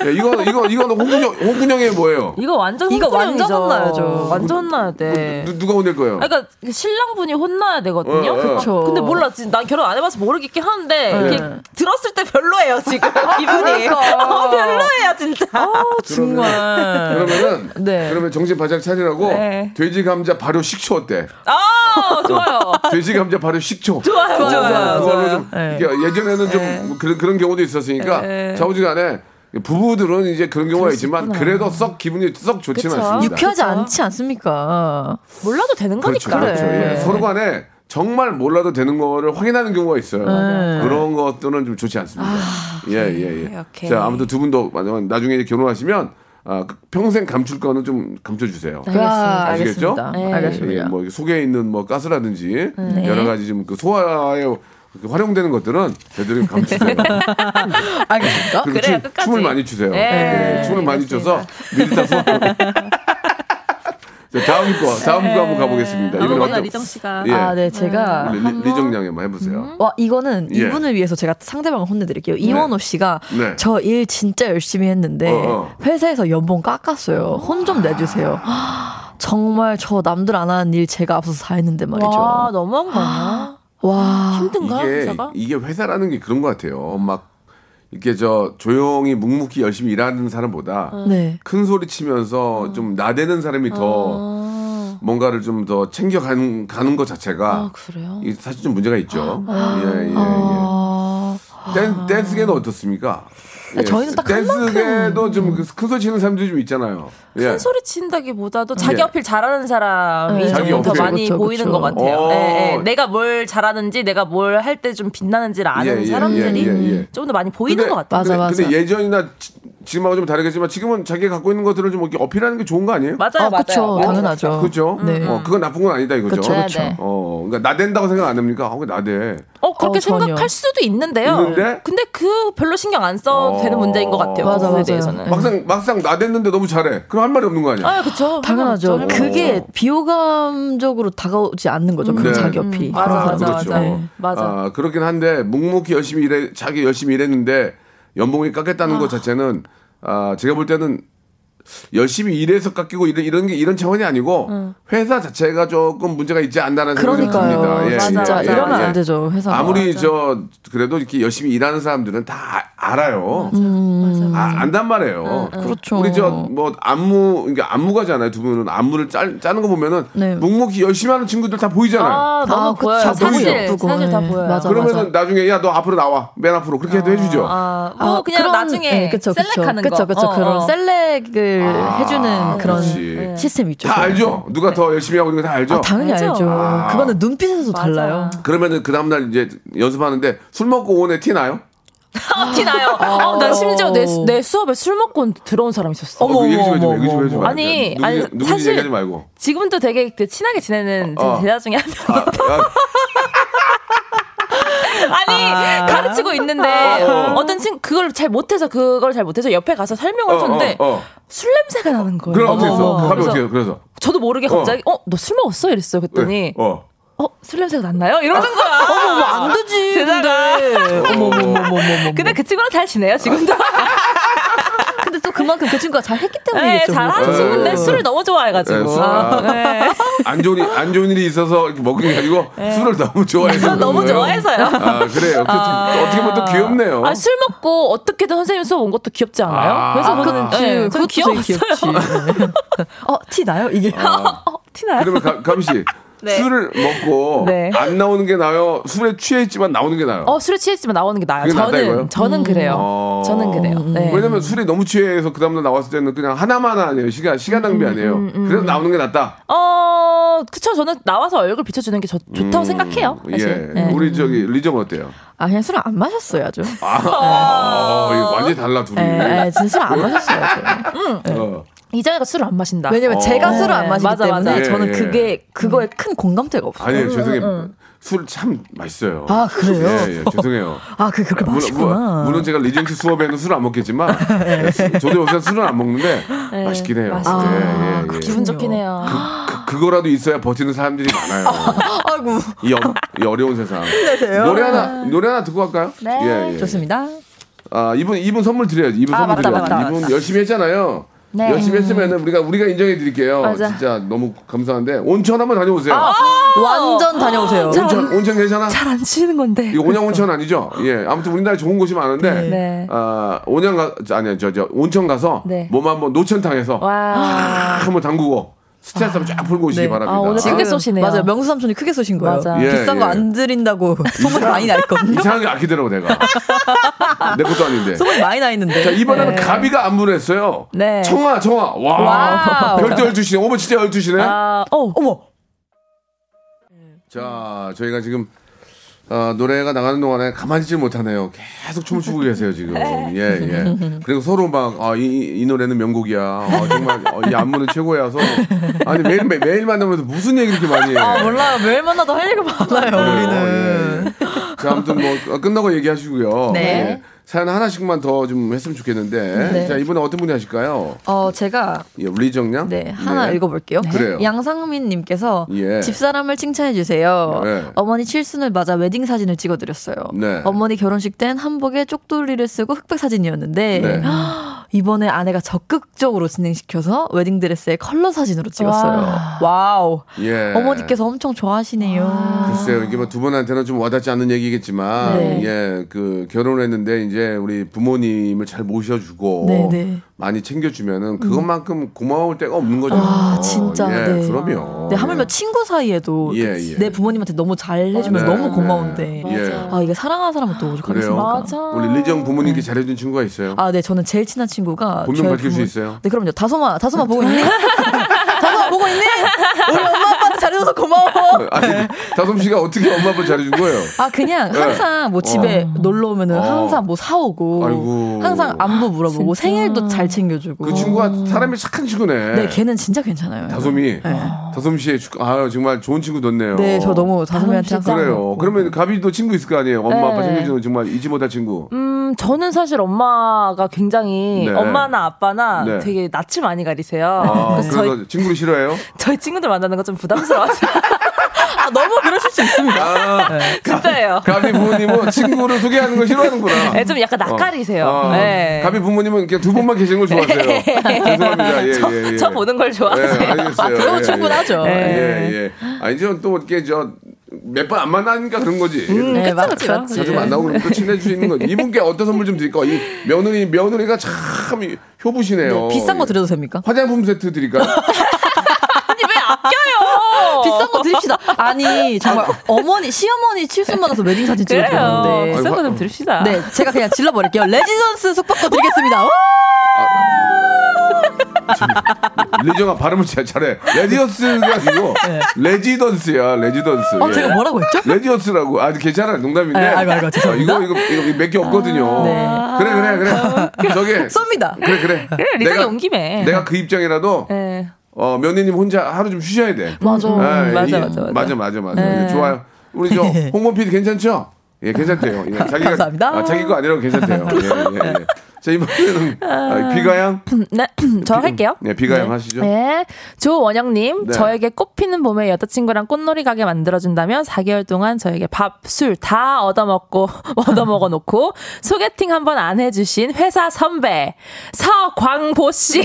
예, 이거 이거 이건 홍군영 홍군영의 뭐예요?
이거 완전
이거 완전
혼꾸녕이죠.
혼나야죠.
완전 혼나야 돼.
누, 누가 혼낼 거예요?
아, 그러니까 신랑분이 혼나야 되거든요.
어, 어.
그쵸.
근데 몰라 지금 난 결혼 안 해봐서 모르겠긴 하는데
네.
이게 들었을 때 별로예요 지금 (laughs) 이분이. 어, 별로예요 진짜. 정말.
그러면은
아, 네.
그러면 정신 바짝 차리라고
네.
돼지 감자 발효 식초 어때?
아 좋아요.
돼지 감자 발효 식초.
좋아요.
어,
좋아요. 네.
그걸로
좋아요.
좀 이게 예전에는 좀 그런 그런 경우도
네.
있었으니까 자우지간에 부부들은 이제 그런 경우가 있지만 그래도 썩 기분이 썩 좋지는
그쵸.
않습니다.
유쾌하지 않지 않습니까
몰라도 되는
그렇죠,
거니까. 네. 아,
그렇죠. 예. 서로 간에 정말 몰라도 되는 거를 확인하는 경우가 있어요. 그런 것들은 좀 좋지 않습니다. 예, 예, 예.
오케이.
자, 아무튼 두 분도 만약 나중에 이제 결혼하시면 아, 그 평생 감출 거는 좀 감춰주세요.
알겠습니다
아시겠죠?
네, 알겠습니다
네.
예,
알겠습니다
뭐 이게 속에 있는 뭐 가스라든지 여러 가지 좀 그 소화에 그 활용되는 것들은 제대로 감추세요.
알겠습니다
그리고
그래요,
춤,
끝까지.
춤을 많이 추세요.
네,
예, 춤을 많이 춰서 미리 다 소화하고. (laughs) 자, 다음 거, 다음 거 한번 가보겠습니다.
네.
이번에
아,
우리가
완전-
리정 씨가
예.
아, 네, 제가
리- 리- 리정량이 한번
음?
해보세요.
와 이거는
예.
이분을 위해서 제가 상대방을 혼내드릴게요. 이원호 씨가
네.
저 일 진짜 열심히 했는데
어, 어.
회사에서 연봉 깎았어요. 혼 좀 내주세요. 정말 저 남들 안 하는 일 제가 앞서서 다 했는데 말이죠.
와
와,
너무한 거 아니야? 힘든가
이게
회사가?
이게 회사라는 게 그런 것 같아요. 막 이렇게 저 조용히 묵묵히 열심히 일하는 사람보다
어.
네.
큰 소리 치면서 좀 나대는 사람이 더
아,
뭔가를 좀 더 챙겨가는 가는 것 자체가
아, 그래요?
이게 사실 좀 문제가 있죠. 예, 예, 예.
아,
댄, 댄스계는 어떻습니까?
아,
예,
네, 저희는 딱한
댄스계도 좀그 큰 소리 치는 사람들이 좀 있잖아요. 예.
큰 소리 친다기보다도 자기
예.
어필 잘하는 사람이
네.
자기
좀 더
어필.
많이
그쵸,
보이는
그쵸.
것 같아요.
어.
예, 예. 내가 뭘 잘하는지, 내가 뭘 할 때 좀 빛나는지를 아는
예, 예,
사람들이
예, 예, 예.
좀 더 많이 보이는 것 같아요.
맞아,
근데,
맞아.
근데 예전이나 지- 지금하고 좀 다르겠지만 지금은 자기가 갖고 있는 것들을 좀 이렇게 어필하는 게 좋은 거 아니에요?
맞아요, 어.
아 그쵸,
맞아요.
당연하죠.
그죠?
네.
어, 그건 나쁜 건 아니다 이거죠.
그쵸,
그쵸. 네, 네.
어, 그러니까 나댄다고 생각 안 합니까? 어, 나대.
어, 그렇게
어, 전혀.
생각할 수도 있는데요.
있는데?
근데 그 별로 신경 안 써도
어.
되는 문제인 것 같아요.
맞아,
그거에
맞아요. 네. 예.
대해서는.
막상 막상 나댔는데 너무 잘해. 그럼 할 말이 없는 거 아니야?
아, 그쵸.
당연하죠.
할 말은 없죠.
그게 비호감적으로 다가오지 않는 거죠. 그
어. 네.
자기 어필이.
맞아,
아,
맞아,
그렇죠.
맞아. 네, 맞아.
아, 그렇긴 한데 묵묵히 열심히 일해 자기 열심히 일했는데 연봉이 깎였다는 것 자체는 아, 제가 볼 때는 열심히 일해서 깎이고 이런, 이런 게 이런 차원이 아니고 회사 자체가 조금 문제가 있지 않나라는 생각이 좀 듭니다.
음. 그러니까요.
예,
진짜
예, 예,
이러면
예.
안 되죠. 회사.
아무리 저 그래도 이렇게 열심히 일하는 사람들은 다 아- 알아요. 아, 안단 말이에요.
그렇죠.
우리 저 뭐 안무 그러니까 안무가잖아요. 두 분은 안무를 짤, 짜는 거 보면은
네.
묵묵히 열심히 하는 친구들 다 보이잖아요.
아, 너무
아, 그쵸.
보여요.
다
사실,
보이죠.
사실 다
네.
보여요.
맞아.
그러면은 나중에 야 너 앞으로 나와 맨 앞으로 그렇게 해도 해주죠.
아, 뭐
아,
그냥
그런-
나중에
네, 그쵸, 그쵸.
셀렉하는 거.
그쵸, 그쵸.
어,
그런
어.
셀렉을
아,
네, 해주는 그런
네.
네.
그렇지.
시스템 있죠.
다 알죠. 누가 더 열심히 하고 있는 거 다 알죠.
아, 당연히
알죠.
알죠.
아.
어, 그거는 눈빛에서도 달라요.
그러면은 그 다음날 이제 연습하는데 술 먹고 온 애 티 나요?
(laughs) 아, 티 나요. 어, 나 심지어 내, 내 수업에 술 먹고 온- 들어온 사람 있었어.
어, 그 얘기 좀 해줘. 얘기 좀 해줘.
아니,
누군지,
아니,
누군지
사실-
얘기하지
(laughs)
말고.
지금도 되게 그 친하게 지내는 제
어.
제자
(laughs)
중에 한 명.
아, 야,
아니 가르치고 있는데
어.
어. 떤 친구 그걸 잘 못해서 그걸 잘 못해서 옆에 가서 설명을
어,
줬는데
어, 어.
술 냄새가 나는 거예요.
그럼 어떻게
어머,
했어?
어머.
하면
그래서
어떻게 해요? 그래서
저도 모르게 갑자기 어 너 술 먹었어 이랬어요. 그랬더니
왜? 어.
어 술 냄새가 났나요? 이러는 거야.
아,
어머 안 되지. 제자가.
어머 어머 어머.
근데 그 친구랑 잘 지내요 (laughs) 지금도.
근데 또 그만큼 그 친구가 잘했기
네,
때문이겠죠.
잘하는
네.
친구인데 술을 너무 좋아해가지고.
네, 술- 아.
네.
안 좋은 일, 안 좋은 일이 있어서 이렇게 먹은 게 아니고 술을 너무 좋아해서
(laughs) 너무
그런 거예요?
좋아해서요.
아 그래요. 그, 어떻게 보면 또 귀엽네요.
아, 술 먹고 어떻게든 선생님 수업 온 것도 귀엽지 않아요?
아.
그래서
아,
저는
그치.
네, 저는
그것도 되게
귀여웠어요.
귀엽지. 어, 티 나요? 이게.
아.
어, (laughs) 티나요?
그러면 가, 가미 씨
(laughs) 네.
술을 먹고
네.
안 나오는 게 나아요. 술에 취해 있지만 나오는 게 나아요.
어 술에 취했지만 나오는 게 나아요.
그게 낫다 이거예요?
저는 저는 그래요.
어.
저는 그래요. 네.
왜냐면 술이 너무
음,
취해서 그 다음날 나왔을 때는 그냥 하나만 아니에요. 시간 시간 낭비 아니에요. 그래서 나오는 게 낫다.
어 어, 그쵸. 저는 나와서 얼굴 비춰주는 게 저,
음,
좋다고 생각해요.
예.
사실. 네.
우리 저기 리정 어때요?
아 그냥 술을 안 마셨어요 아주.
아,
어.
아, 이거 완전히 달라 둘이.
네.
예, 예, 진짜 술을 안 마셨어요 아주.
어.
이자가 술을 안 마신다.
왜냐면
어.
제가 술을 안 마시기
맞아, 맞아.
때문에 음.
예,
저는
예.
그게 그거에 큰 공감대가 없어요.
아니에요 죄송해요. 술 참 맛있어요.
음, 아, 그래요?
예, 예, 죄송해요.
아 (laughs) 그게 그렇게
물론, 뭐,
맛있구나. 네.
물론, 물론 제가 리젠트 수업에는 술을 안
(laughs)
먹겠지만 예, 수- 저도 요새 술은 안 먹는데
네,
맛있긴 해요.
아,
예, 예, 예.
아, 기분 좋긴 해요.
그, 거라도 있어야 버티는 사람들이 많아요.
(laughs) 아이고 아.
이, 어, 이 어려운 세상. 노래 하나 노래 하나 듣고 갈까요? 네.
좋습니다.
아 이분 이분 선물 드려야지. 이분 선물
아, 맞다,
드려.
맞다, 네.
이분 열심히 했잖아요. 열심히 했으면은 우리가 우리가 인정해 드릴게요.
맞아. 아,
진짜 너무 감사한데 온천 한번 다녀오세요.
완전 다녀오세요.
온천 온천 괜찮아?
잘 안 치는 건데.
어, 이 온양 온천 아니죠? 예. 아무튼 우리나라에 좋은 곳이 많은데
그러니까. 네.
아 온양 가 아니야 저 저 온천 가서
네.
몸 한번 노천 탕에서
와.
한번 담그고 스트레스 한번 쫙 풀고 오시기
네.
바랍니다.
아, 오늘
아,
크게 쏘시네요.
맞아요. 명수 삼촌이 크게 쏘신 거예요.
맞아.
예,
비싼
예.
거 안 드린다고 (laughs) 소문 많이 나 (laughs) 있거든요.
이상하게 아끼더라고 내가 내 것도 아닌데.
소문 많이 나 있는데.
자 이번에는 가비가 안무를 했어요.
네.
청아 청아 와
와우.
별도 12시네 오버 진짜 12시네.
아, 어, 어머.
자, 저희가 지금 어, 노래가 나가는 동안에 가만히 있질 못하네요. 계속 춤을 추고 계세요,
(laughs)
지금.
네.
예, 예. 그리고 서로 막, 아, 이, 이 노래는 명곡이야. 아, 정말, 어, 이 안무는 최고야. 서로. 아니, 매일, 매, 매일 만나면서 무슨 얘기를 이렇게 많이 해.
아 몰라요. 매일 만나도 할 얘기가 많아요.
우리는. 예. 자, 아무튼 뭐, 어, 끝나고 얘기하시고요.
네.
예. 사연 하나씩만 더 좀 했으면 좋겠는데.
네.
자, 이번에 어떤 분이 하실까요?
어 제가
예, 리정량?
네 하나 읽어볼게요.
그래요.
양상민님께서
예.
집사람을 칭찬해 주세요.
네.
어머니 칠순을 맞아 웨딩 사진을 찍어드렸어요.
네.
어머니 결혼식 땐 한복에 쪽돌이를 쓰고 흑백 사진이었는데
네.
이번에 아내가 적극적으로 진행시켜서 웨딩 드레스에 컬러 사진으로 찍었어요. 와우.
예.
어머니께서 엄청 좋아하시네요.
글쎄요, 이게 뭐 두 분한테는 좀 와닿지 않는 얘기겠지만,
네.
예, 그 결혼을 했는데 이제 우리 부모님을 잘 모셔주고
네, 네.
많이 챙겨주면은 그것만큼 고마울 때가 없는 거죠.
아, 진짜.
예,
네.
그럼요.
네, 하물며 친구 사이에도
예, 예.
내 부모님한테 너무 잘 해주면
네,
너무 고마운데.
네. 예.
아, 이게 사랑하는 사람은 또
그래요.
오죽하겠습니까?
우리 리정 부모님께 잘해준 친구가 있어요.
아, 네, 저는 제일 친한 친구가.
본명
저희
밝힐 수
부모-
있어요?
네, 그럼요. 다솜아, 다솜아 보고 있니? (laughs) 다솜아 보고 있니? 우리 엄마 아빠한테 잘해줘서 고마워.
아니, 다솜 씨가 어떻게 엄마 아빠 잘해준 거예요?
아, 그냥
네.
항상 뭐 집에 놀러 오면은 항상 뭐 사오고.
아이고.
항상 안부 물어보고 생일도 잘 챙겨주고.
그 친구가 사람이 착한 친구네.
네, 걔는 진짜 괜찮아요.
네.
다솜이, 다솜 씨의 축, 아 정말 좋은 친구 뒀네요.
네, 저 너무 다솜이한테 항상.
그래요. 그러면 가비도 친구 있을 거 아니에요? 엄마 아빠
네.
챙겨주는 정말 잊지 못할 친구.
음, 저는 사실 엄마가 굉장히
네.
엄마나 아빠나
네.
되게 낯을 많이 가리세요.
아,
그래서 네. 저희,
그래서 친구를
(laughs)
싫어해요?
저희 친구들 만나는 거 좀
(laughs)
부담스러워하세요. 아, 너무 그러실 수 있습니다.
아,
진짜예요.
가비 부모님은 친구를 소개하는 걸 싫어하는구나.
네, 좀 약간 낯가리세요.
아,
네.
가비 부모님은 그냥 두 분만 계시는 걸
(laughs)
좋아하세요. (laughs) 죄송합니다. 예, 예, 예.
저 보는 걸 좋아하세요.
예, 알겠어요.
그거
예,
충분하죠.
예,
네.
예. 아, 이제는 또 이렇게 저, 몇 번 안 만나니까 그런 거지. 예.
네,
그쵸, 그쵸.
맞죠.
자주 만나고 그러면 또 친해지는 거지. 이분께 어떤 선물 좀 드릴까? 이 며느리, 며느리가 참 이- 효부시네요.
비싼 거 드려도 됩니까?
화장품 세트 드릴까요?
비싼 거 드립시다. 아니 (laughs) 정말 어머니 시어머니 칠순 받아서 웨딩 사진
그래요.
찍어드렸는데.
비싼 거좀 들읍시다.
네, 제가 그냥 질러버릴게요. 레지던스 숙박권 드리겠습니다. 와!
리정아 발음을 잘, 잘해. 레디언스가 아니고 레지던스야, 레지던스.
네. 어,
예.
제가 뭐라고 했죠?
레디언스라고 아 괜찮아 농담인데
아, 아이고, 아이고, 죄송합니다. 아, 네.
아, 이거 이거 이거 몇 개 없거든요 그래 그래 그래 저기
쏩니다.
그래 그래
그래, 네, 리정이 온 김에.
내가 그 입장이라도
네.
어 며느님 혼자 하루 좀 쉬셔야 돼
맞아.
아,
맞아,
이게-
맞아, 맞아.
맞아 맞아 맞아. 좋아요 우리 저 홍범 PD 괜찮죠 예 괜찮대요 예, 자기가
감사합니다.
아, 자기 거 아니라고 괜찮대요 예예예 자 이번에는 아, 비가양
네, 저 할게요.
예 비가양 하시죠
네. 조원영님,
네.
저에게 꽃 피는 봄에 여자친구랑 꽃놀이 가게 만들어준다면 4개월 동안 저에게 밥, 술 다 얻어먹고, 얻어먹어 놓고, 소개팅 한번 안 해주신 회사 선배, 서광보씨.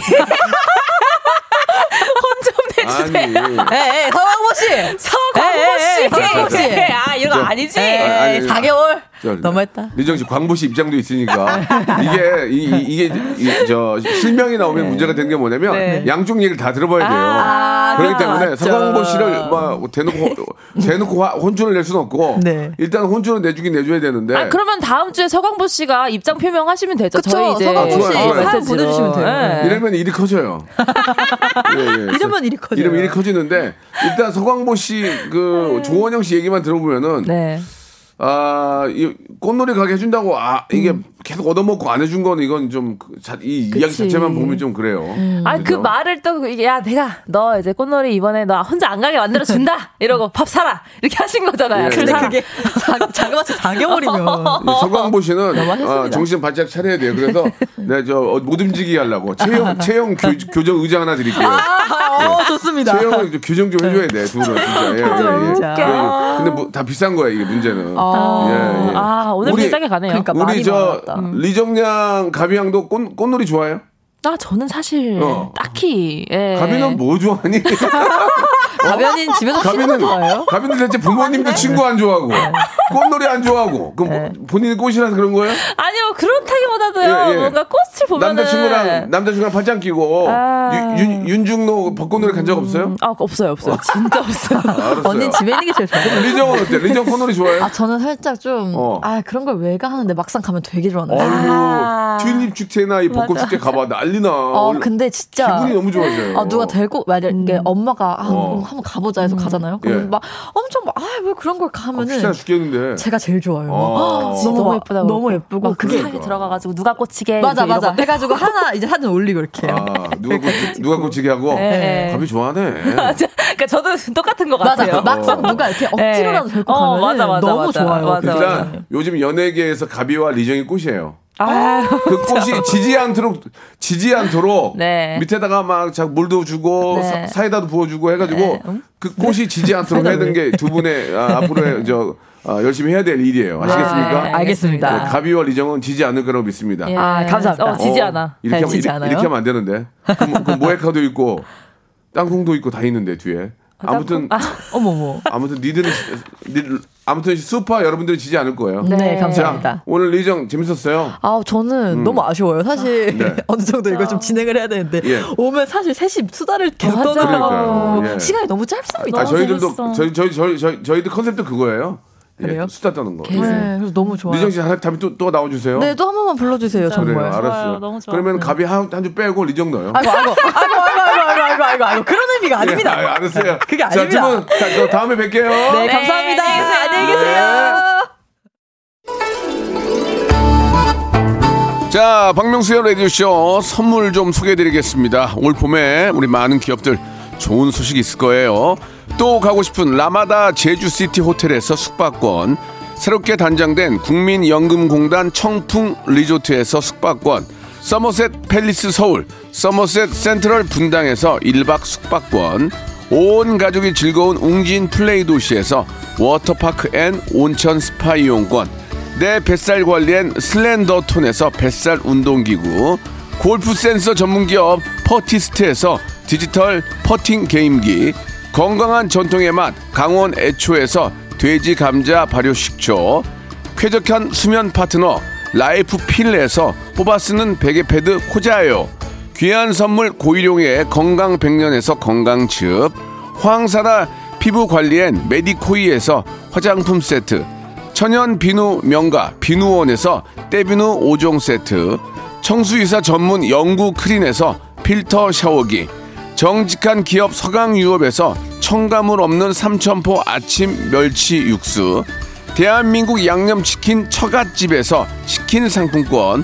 혼좀 내주세요.
아니
에, 에, 서광보 씨.
서광보씨.
에, 에, 서광보 씨.
아, 이런 거
저-
아니지?
에, 아니, 아니.
4개월.
저,
너무했다.
민정 씨 광보 씨 입장도 있으니까 이게 이, 이, 게저 실명이 나오면 문제가 되는 게 뭐냐면
네.
양쪽 얘기를 다 들어봐야 돼요.
아,
그렇기
그건
때문에
맞죠.
서광보 씨를 막 대놓고 대놓고 화- 혼쭐을 낼 수는 없고
네.
일단 혼쭐은 내주긴 내줘야 되는데
아 그러면 다음 주에 서광보 씨가 입장 표명하시면 되죠.
그쵸,
저희 이제 네.
서광보
씨 아, 좋아요, 좋아요.
사연
보내주시면 돼요.
이러면 일이
(laughs)
커져요. 예, 예.
네. 이러면 일이 커져요.
이러면 일이 커지는데 일단 서광보 씨
네.
그 조원영 씨 얘기만 들어보면은
네.
아, 이 꽃놀이 가게 해준다고, 아, 이게
음.
계속 얻어먹고 안 해준 건 이건 좀, 그 자, 이 이야기 자체만 보면 좀 그래요.
음.
아 그
그죠?
말을 또 이게 야 내가 너 이제 꽃놀이 이번에 너 혼자 안 가게
(laughs)
만들어 준다 이러고 밥 사라 이렇게 하신 거잖아요.
예.
밥
근데
사라.
그게 자- 자그마치 4개월이면
이 서광보 씨는
너무하셨습니다.
아, 정신 바짝 차려야 돼요. 그래서
(laughs)
내가 저못 움직이게 하려고 체형, 체형 교, 교정 의자 하나 드릴게요.
아, 어, 좋습니다. 아,
체형을 좀 교정 좀 해줘야 돼, 둘은. 진짜. 예, 예, 예.
진짜.
예, 예. 근데 뭐, 다 비싼 거야, 이게 문제는.
아.
예, 예.
아 오늘
우리-
비싸게 가네요.
그러니까 많이
우리 저
많았다.
리정양, 가비양도 꽃, 꽃놀이 좋아해요?
아 저는 사실
어.
딱히 예.
가비는 뭐
(laughs)
좋아하니?
가면인 네. 집에서 씻는 거 좋아요? 네.
가비는 가비는 대체 부모님도 친구 안 좋아하고 꽃놀이 안 좋아하고 그럼 뭐 본인이 꽃이라서 그런 거예요?
아니요 뭐 그렇다기보다도요
예, 예.
뭔가 꽃을 보면은 음.
남자친구랑 남자친구랑 팔짱 끼고
아.
유- 윤- 윤중로 벚꽃놀이 간 적 없어요? 아,
아 없어요 없어요 진짜 없어요.
알았어요.
음. 언니 집에 있는 게 제일 좋아요.
리정은 어때? 리정 꽃놀이 좋아해요?
아 저는 살짝 좀 아
어.
그런 걸 왜가 하는데 막상 가면 되게 좋아하는 아,
아유
아.
튤립 축제나 이 벚꽃 축제 가봐 난리나.
어 근데 진짜
기분이 너무 좋아져요.
아 누가 데리고 만약에 엄마가 아,
어.
그럼 한번 가보자 해서 가잖아요. 그럼
예.
막 엄청 막아왜 그런 걸 가면은
귀찮아 죽겠는데.
제가 제일 좋아요.
어.
막,
진짜
너무
막-
예쁘다고
너무 예쁘고
막
그게
상에 들어가가지고 누가 꽂히게
맞아 어,
이제 이런
맞아
거.
해가지고 하나 이제 사진 올리고 이렇게
아 누가 꽃 누가 꽃치게 하고
예.
가비 좋아하네.
맞아. 그러니까 저도 똑같은 것
맞아
같아요.
막상 누가 이렇게 억지로라도
예.
데리고
어,
가면
맞아, 맞아,
너무
맞아.
좋아요.
맞아.
그게.
일단 요즘 연예계에서 가비와 리정이 꽃이에요.
아,
그 꽃이 지지 않도록 지지 않도록
네.
밑에다가 막 자, 물도 주고
네.
사, 이다도 부어주고 해가지고 그 꽃이 지지 않도록 해야 되는 게 두 분의 아, 앞으로의 저 아, 열심히 해야 될 일이에요. 아시겠습니까?
네,
알겠습니다.
네, 가비와 리정은 지지 않을 거라고 믿습니다.
예.
아, 감사합니다.
어, 지지
어,
않아.
이렇게
네,
하면,
지지
이렇게,
않아요?
이렇게 하면 안 되는데. 그럼,
(laughs)
그럼 모에카도 있고 땅콩도 있고 다 있는데 뒤에. 아무튼
아, 어머 머
아무튼 니들은 니들 아무튼 슈퍼 여러분들은 지지 않을 거예요.
네
자
감사합니다.
오늘 리정 재밌었어요.
아 저는 너무 아쉬워요. 사실
네.
(laughs) 어느 정도 이걸 좀 진행을 해야 되는데
예.
오면 사실 셋이 수다를 계속
맞아.
떠들고
그러니까요. 예.
어, 시간이 너무 짧습니다.
아,
너무
저희들도
재밌어.
저희 저희 저희 저희 저희들 컨셉도 그거예요. 예,
그래요?
수다 떠는 거.
네, 그래서 너무 좋아요.
리정 씨 다음에 또, 또 나와주세요.
네, 또 한 번만 불러주세요,
그래요,
정말.
알았어요.
너무 좋아요.
그러면
네.
갑이 한 주 빼고 리정 넣어요.
아이고, 아이고, 아이고, 아이고, 아이고, 아이고, 아이고, 아이고, 그런 의미가
예,
아닙니다.
아, 알았어요.
그게
자,
아닙니다.
두 분, 자, 저 다음에 뵐게요.
네, 감사합니다.
네, 안녕히 계세요.
안녕히 계세요.
자, 박명수의 라디오쇼 선물 좀 소개해드리겠습니다. 올 봄에 우리 많은 기업들 좋은 소식 있을 거예요. 또 가고 싶은 라마다 제주시티 호텔에서 숙박권, 새롭게 단장된 국민연금공단 청풍 리조트에서 숙박권, 서머셋 팰리스 서울, 서머셋 센트럴 분당에서 일박 숙박권, 온 가족이 즐거운 웅진 플레이 도시에서 워터파크 앤 온천 스파 이용권, 내 뱃살 관리엔 슬렌더 톤에서 뱃살 운동기구, 골프 센서 전문기업 퍼티스트에서 디지털 퍼팅 게임기, 건강한 전통의 맛 강원 애초에서 돼지 감자 발효 식초, 쾌적한 수면 파트너 라이프 필에서 뽑아 쓰는 베개 패드 코자요. 귀한 선물 고일용의 건강 백년에서 건강즙 황사라 피부 관리엔 메디코이에서 화장품 세트 천연 비누 명가 비누원에서 때비누 오종 세트 청수이사 전문 영구 크린에서 필터 샤워기 정직한 기업 서강유업에서 청가물 없는 삼천포 아침 멸치 육수 대한민국 양념치킨 처갓집에서 치킨 상품권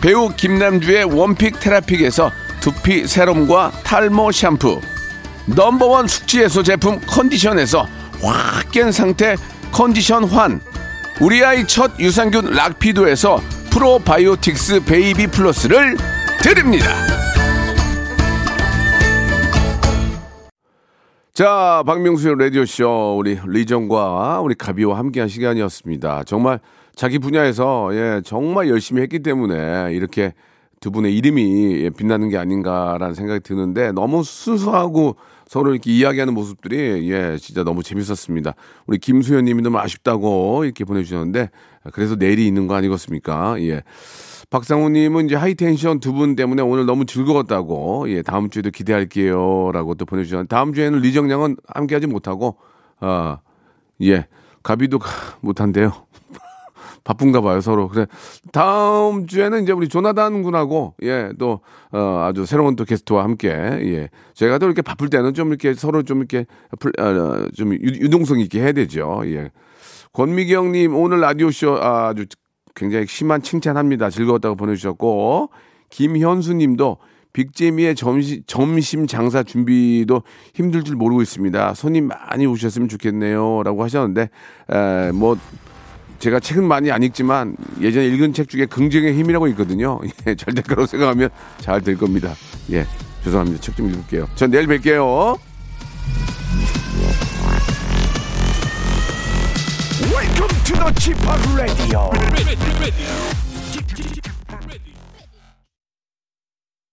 배우 김남주의 원픽 테라픽에서 두피 세럼과 탈모 샴푸. 넘버원 숙취 해소 제품 컨디션에서 확 깬 상태 컨디션 환 우리 아이 첫 유산균 락피도에서 프로바이오틱스 베이비 플러스를 드립니다 자 박명수의 라디오쇼 우리 리정과 우리 가비와 함께한 시간이었습니다 정말 자기 분야에서 예 정말 열심히 했기 때문에 이렇게 두 분의 이름이 예, 빛나는 게 아닌가라는 생각이 드는데 너무 순수하고 서로 이렇게 이야기하는 모습들이 예 진짜 너무 재밌었습니다. 우리 김수현님이 너무 아쉽다고 이렇게 보내주셨는데 그래서 내일이 있는 거 아니겠습니까? 예. 박상우님은 이제 하이텐션 두 분 때문에 오늘 너무 즐거웠다고 예 다음 주에도 기대할게요라고 또 보내주셨는데 다음 주에는 리정량은 함께하지 못하고 아, 아예 가비도 못한대요. (laughs) 바쁜가 봐요 서로 그래 다음 주에는 이제 우리 조나단 군하고 예또 어, 아주 새로운 또 게스트와 함께 예 저희가 또 이렇게 바쁠 때는 좀 이렇게 서로 좀 이렇게 풀, 어, 좀 유, 유동성 있게 해야 되죠 예 권미경님 오늘 라디오 쇼 아주 굉장히 심한 칭찬합니다 즐거웠다고 보내주셨고 김현수님도 빅재미의 점심, 점심 장사 준비도 힘들 줄 모르고 있습니다. 손님 많이 오셨으면 좋겠네요. 라고 하셨는데, 에, 뭐, 제가 책은 많이 안 읽지만 예전에 읽은 책 중에 긍정의 힘이라고 있거든요. (laughs) 예, 절대 그라고 생각하면 잘 될 겁니다. 예, 죄송합니다. 책 좀 읽을게요. 전 내일 뵐게요.
Welcome to the Chip Radio.